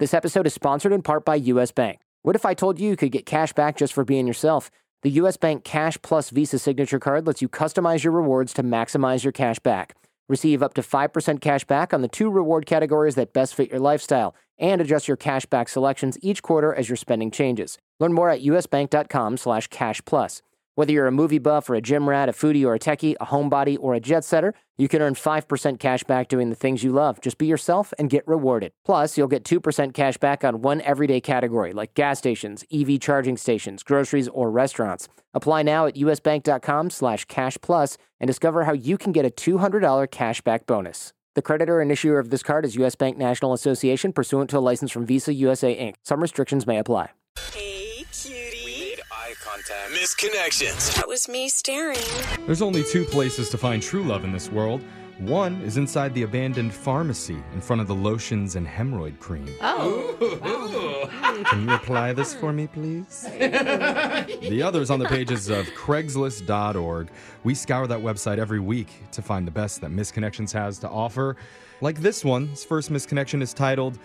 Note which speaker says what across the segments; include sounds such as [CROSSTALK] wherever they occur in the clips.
Speaker 1: This episode is sponsored in part by US Bank. What if I told you you could get cash back just for being yourself? The US Bank Cash Plus Visa Signature Card lets you customize your rewards to maximize your cash back. Receive up to 5% cash back on the two reward categories that best fit your lifestyle and adjust your cash back selections each quarter as your spending changes. Learn more at usbank.com slash cash plus. Whether you're a movie buff or a gym rat, a foodie or a techie, a homebody or a jet setter, you can earn 5% cash back doing the things you love. Just be yourself and get rewarded. Plus, you'll get 2% cash back on one everyday category like gas stations, EV charging stations, groceries, or restaurants. Apply now at usbank.com slash cash plus and discover how you can get a $200 cash back bonus. The creditor and issuer of this card is U.S. Bank National Association pursuant to a license from Visa USA Inc. Some restrictions may apply.
Speaker 2: Hey, cutie.
Speaker 3: Eye contact. Misconnections.
Speaker 2: That was me staring.
Speaker 4: There's only two places to find true love in this world. One is inside the abandoned pharmacy in front of the lotions and hemorrhoid cream.
Speaker 5: Oh.
Speaker 4: Can you apply this for me, please? the other is on the pages of Craigslist.org. We scour that website every week to find the best that Misconnections has to offer. Like this one, this first misconnection is titled,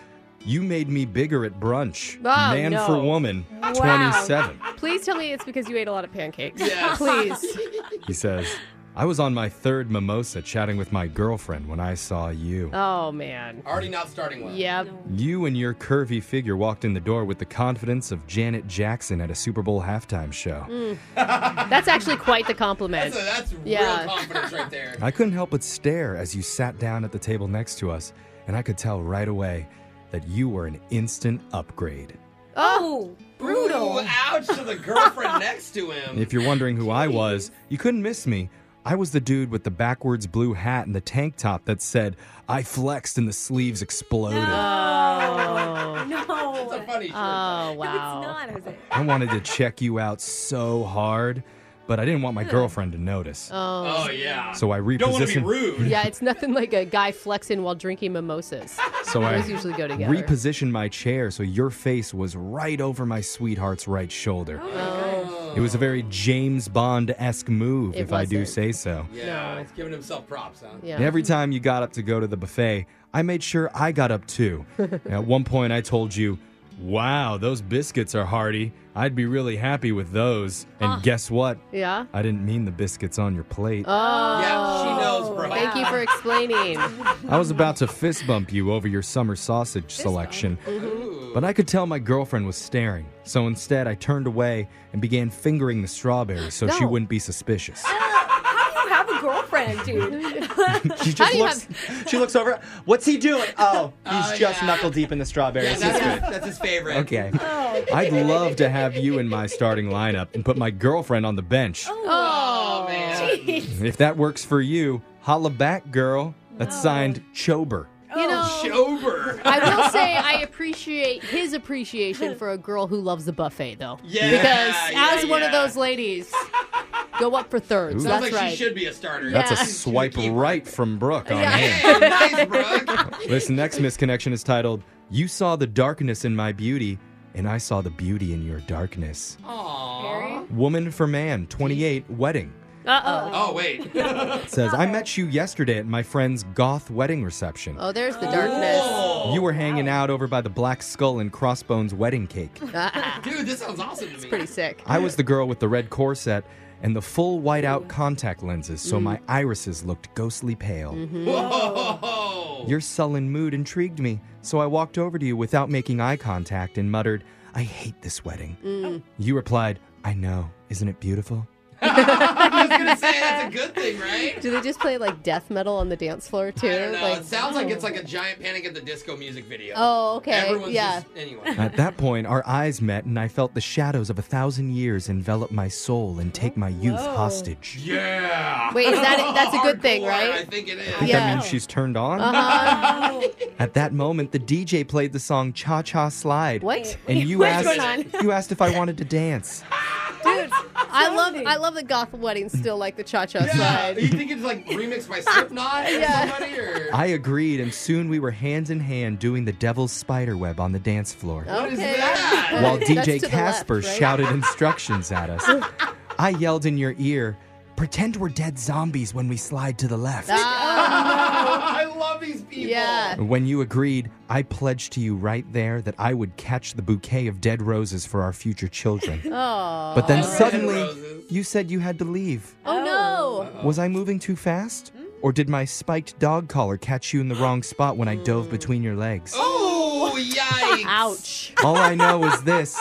Speaker 4: You Made Me Bigger at Brunch.
Speaker 5: Oh,
Speaker 4: Man
Speaker 5: no.
Speaker 4: for Woman,
Speaker 5: Wow.
Speaker 4: 27.
Speaker 5: Please tell me it's because you ate a lot of pancakes. [LAUGHS] Please.
Speaker 4: He says, I was on my third mimosa chatting with my girlfriend when I saw you.
Speaker 5: Oh man.
Speaker 6: Already not starting well.
Speaker 5: Yep.
Speaker 4: You and your curvy figure walked in the door with the confidence of Janet Jackson at a Super Bowl halftime show.
Speaker 5: That's actually quite the compliment.
Speaker 6: That's, a, that's
Speaker 5: Yeah.
Speaker 6: real confidence right
Speaker 5: [LAUGHS]
Speaker 6: there.
Speaker 4: I couldn't help but stare as you sat down at the table next to us, and I could tell right away that you were an instant upgrade.
Speaker 5: Oh.
Speaker 6: Brutal. ouch to the girlfriend [LAUGHS] next to him.
Speaker 4: If you're wondering who I was, you couldn't miss me. I was the dude with the backwards blue hat and the tank top that said, I flexed and the sleeves exploded.
Speaker 5: Oh.
Speaker 6: That's a funny shirt.
Speaker 5: Oh wow.
Speaker 4: I wanted to check you out so hard, but I didn't want my girlfriend to notice.
Speaker 5: Oh.
Speaker 6: Hmm. oh, yeah.
Speaker 4: So I
Speaker 6: Don't want to be
Speaker 4: repositioned.
Speaker 6: rude.
Speaker 5: Yeah, it's nothing like a guy flexing while drinking mimosas.
Speaker 4: So I
Speaker 5: Those usually go together.
Speaker 4: repositioned my chair so your face was right over my sweetheart's right shoulder.
Speaker 6: Oh.
Speaker 4: It was a very James Bond esque move,
Speaker 5: It
Speaker 4: if I do
Speaker 5: wasn't.
Speaker 4: say so.
Speaker 6: Yeah, he's giving himself props, huh?
Speaker 5: Yeah.
Speaker 4: And every time you got up to go to the buffet, I made sure I got up
Speaker 6: [LAUGHS]
Speaker 4: too. And at one point, I told you, Wow, those biscuits are hearty. I'd be really happy with those. And
Speaker 6: Ah.
Speaker 4: guess what?
Speaker 5: Yeah.
Speaker 4: I didn't mean the biscuits on your plate.
Speaker 5: Oh.
Speaker 6: Yeah, she knows, bro.
Speaker 5: Thank you for explaining.
Speaker 4: I was about to fist bump you over your summer sausage selection, but I could tell my girlfriend was staring. So instead, I turned away and began fingering the strawberries so she
Speaker 5: No.
Speaker 4: wouldn't be suspicious.
Speaker 7: How do you have a girlfriend, dude?
Speaker 4: [LAUGHS]
Speaker 8: She
Speaker 5: How
Speaker 8: just
Speaker 5: do you
Speaker 8: looks. She looks over. What's he doing? Oh, he's
Speaker 6: Oh,
Speaker 8: just
Speaker 6: yeah.
Speaker 8: knuckle deep in the
Speaker 6: Yeah,
Speaker 8: strawberries.
Speaker 6: that's, his, that's his favorite.
Speaker 8: okay.
Speaker 4: I'd love to have you in my starting lineup and put my girlfriend on the bench.
Speaker 6: [LAUGHS] Oh, man.
Speaker 4: If that works for you, holla back, girl. That's signed Chober.
Speaker 5: You
Speaker 6: Oh,
Speaker 5: know,
Speaker 6: Chober.
Speaker 5: I will say I appreciate his appreciation for a girl who loves the buffet, though.
Speaker 6: Yeah,
Speaker 5: Because
Speaker 6: yeah,
Speaker 5: as one of
Speaker 6: yeah.
Speaker 5: those ladies, go up for thirds.
Speaker 4: Ooh.
Speaker 6: Sounds
Speaker 5: That's
Speaker 6: like
Speaker 5: right.
Speaker 6: she should be a starter.
Speaker 4: That's a
Speaker 5: Yeah.
Speaker 4: swipe right from Brooke on him.
Speaker 6: Hey, nice,
Speaker 5: [LAUGHS]
Speaker 6: bro.
Speaker 4: This next misconnection is titled You Saw the Darkness in My Beauty, and I Saw the Beauty in Your Darkness.
Speaker 6: Aww.
Speaker 4: Woman for Man, 28, Wedding.
Speaker 5: Uh oh.
Speaker 6: Oh, wait.
Speaker 4: Says, I met you yesterday at my friend's goth wedding reception.
Speaker 5: Oh, there's the darkness.
Speaker 6: Oh,
Speaker 4: You were hanging out over by the Black Skull and Crossbones wedding cake.
Speaker 5: Ah,
Speaker 6: Dude, this sounds awesome to me.
Speaker 5: pretty sick.
Speaker 4: I was the girl with the red corset and the full whiteout contact lenses, so my irises looked ghostly pale.
Speaker 6: Whoa. [LAUGHS]
Speaker 4: Your sullen mood intrigued me, so I walked over to you without making eye contact and muttered, I hate this wedding.
Speaker 5: Oh.
Speaker 4: You replied, I know. Isn't it beautiful?
Speaker 6: I was gonna say that's a good thing, right?
Speaker 5: Do they just play like death metal on the dance floor too?
Speaker 6: I don't know.
Speaker 5: Like,
Speaker 6: it sounds like it's like a giant Panic at the Disco music video.
Speaker 5: oh, okay,
Speaker 6: Everyone's
Speaker 5: yeah.
Speaker 6: Just, anyway.
Speaker 4: At that point, our eyes met, and I felt the shadows of a thousand years envelop my soul and take my
Speaker 5: Oh.
Speaker 4: youth hostage.
Speaker 6: yeah.
Speaker 5: Wait, is that that's a good thing,
Speaker 6: [LAUGHS] Hardcore, I
Speaker 5: right?
Speaker 6: think it
Speaker 4: I
Speaker 6: is.
Speaker 4: think
Speaker 5: Yeah. Uh-huh.
Speaker 4: that means she's turned on. [LAUGHS] At that moment, the DJ played the song Cha Cha Slide.
Speaker 5: What?
Speaker 4: And you
Speaker 5: What's
Speaker 4: asked,
Speaker 5: going on?
Speaker 4: you asked if I wanted
Speaker 5: [LAUGHS]
Speaker 4: to dance.
Speaker 5: Dude, I love I love that goth weddings still like the cha cha
Speaker 6: Yeah.
Speaker 5: slide.
Speaker 6: You think it's like remixed by Slipknot or
Speaker 5: Yeah.
Speaker 6: somebody or
Speaker 4: [LAUGHS] I agreed, and soon we were hands in hand doing the devil's spider web on the dance floor.
Speaker 6: What is
Speaker 5: Okay. [LAUGHS]
Speaker 6: that?
Speaker 4: While
Speaker 5: That's to
Speaker 4: DJ
Speaker 5: the left,
Speaker 4: Casper
Speaker 5: right?
Speaker 4: shouted
Speaker 5: [LAUGHS]
Speaker 4: instructions at us, I yelled in your ear, Pretend we're dead zombies when we slide to the left.
Speaker 5: Ah,
Speaker 6: I love love these people.
Speaker 5: Yeah.
Speaker 4: When you agreed, I pledged to you right there that I would catch the bouquet of dead roses for our future
Speaker 5: [LAUGHS]
Speaker 4: children.
Speaker 5: Oh.
Speaker 4: But then
Speaker 6: Red
Speaker 4: suddenly,
Speaker 6: roses.
Speaker 4: you said you had to leave.
Speaker 5: Oh no.
Speaker 4: Was I moving too fast? Or did my spiked dog collar catch you in the wrong spot when I dove between your legs?
Speaker 6: Oh, yikes.
Speaker 5: Ouch.
Speaker 4: All I know is this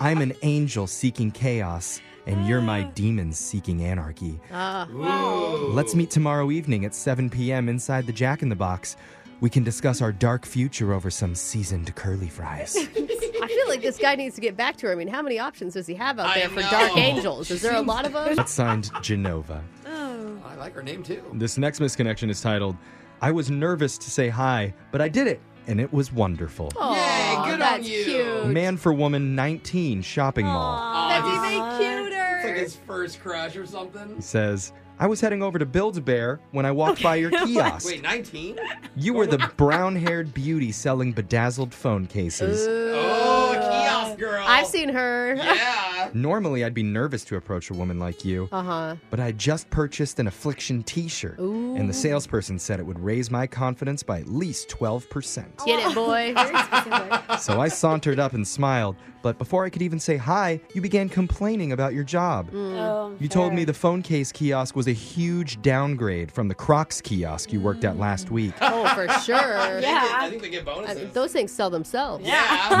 Speaker 4: I'm an angel seeking chaos, and you're
Speaker 6: [GASPS]
Speaker 4: my demon seeking anarchy.
Speaker 5: Uh,
Speaker 6: Ooh.
Speaker 4: Let's meet tomorrow evening at 7 p.m. inside the Jack in the Box. We can discuss our dark future over some seasoned curly fries.
Speaker 6: [LAUGHS]
Speaker 5: I feel like this guy needs to get back to her. I mean, how many options does he have out
Speaker 6: I
Speaker 5: there for
Speaker 6: know.
Speaker 5: Dark Angels? Is there a lot of them?
Speaker 6: [LAUGHS]
Speaker 4: That's signed Genova.
Speaker 6: I like her name too.
Speaker 4: This next misconnection is titled, I was nervous to say hi, but I did it, and it was wonderful.
Speaker 6: Yay,
Speaker 5: Aw,
Speaker 6: Oh, good on
Speaker 5: that's
Speaker 6: you.
Speaker 5: cute.
Speaker 4: Man for Woman 19 Shopping Mall
Speaker 5: That's
Speaker 6: Aw,
Speaker 5: even cuter.
Speaker 6: It's like his first crush or something.
Speaker 4: says, I was heading over to Build a Bear when I walked by your kiosk.
Speaker 6: [LAUGHS] Wait, 19?
Speaker 4: You were the brown haired beauty selling bedazzled phone cases.
Speaker 5: Uh.
Speaker 6: Oh, kiosk girl.
Speaker 5: I've seen her.
Speaker 6: Yeah.
Speaker 4: Normally, I'd be nervous to approach a woman like you,
Speaker 5: Uh huh.
Speaker 4: but I just purchased an affliction t shirt, and the salesperson said it would raise my confidence by at least 12%.
Speaker 5: Get it, boy.
Speaker 7: Very specific.
Speaker 4: So I sauntered up and smiled, but before I could even say hi, you began complaining about your job.
Speaker 7: Oh,
Speaker 4: You told
Speaker 7: fair.
Speaker 4: me the phone case kiosk was a huge downgrade from the Crocs kiosk you worked at last week.
Speaker 5: oh, for sure.
Speaker 6: I
Speaker 7: Yeah.
Speaker 6: think they get
Speaker 5: I
Speaker 6: bonuses.
Speaker 5: mean, Uh, those things sell themselves.
Speaker 6: yeah.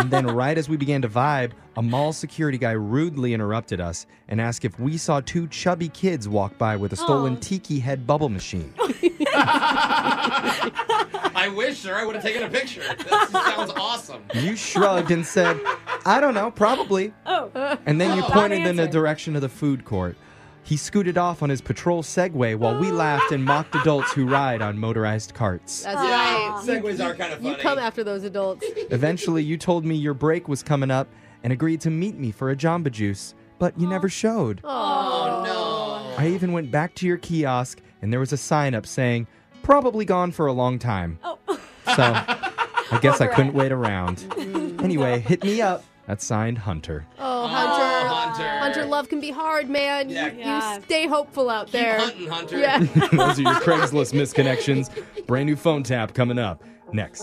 Speaker 5: [LAUGHS]
Speaker 4: And then, right as we began to vibe, a mall security guy rudely interrupted us and asked if we saw two chubby kids walk by with a
Speaker 7: Oh.
Speaker 4: stolen tiki head bubble machine.
Speaker 6: I wish, sir, I would have taken a picture. That [LAUGHS] sounds awesome.
Speaker 4: You shrugged and said, I don't know, probably.
Speaker 7: Oh.
Speaker 4: And then you
Speaker 7: Oh.
Speaker 4: pointed
Speaker 7: Not
Speaker 4: in the
Speaker 7: answer.
Speaker 4: direction of the food court. He scooted off on his patrol Segway while we laughed and mocked adults who ride on motorized carts.
Speaker 5: That's
Speaker 6: Yeah,
Speaker 5: right.
Speaker 6: segues are kind of funny.
Speaker 5: You come after those adults.
Speaker 4: Eventually, you told me your break was coming up and agreed to meet me for a Jamba Juice, but you never showed.
Speaker 5: Oh,
Speaker 6: No.
Speaker 4: I even went back to your kiosk and there was a sign up saying, probably gone for a long time.
Speaker 7: Oh.
Speaker 4: So I guess I couldn't wait around. Anyway, hit me up. That's signed Hunter. [LAUGHS]
Speaker 5: Oh,
Speaker 6: Oh,
Speaker 5: Hunter.
Speaker 6: Hunter.
Speaker 5: Hunter, love can be hard, man. You-
Speaker 6: Yeah.
Speaker 5: You,
Speaker 7: Yeah.
Speaker 5: stay hopeful out
Speaker 6: Keep
Speaker 5: there.
Speaker 6: hunting, Hunter.
Speaker 5: Yeah.
Speaker 4: Those are your Craigslist misconnections. Brand new phone tap coming up next.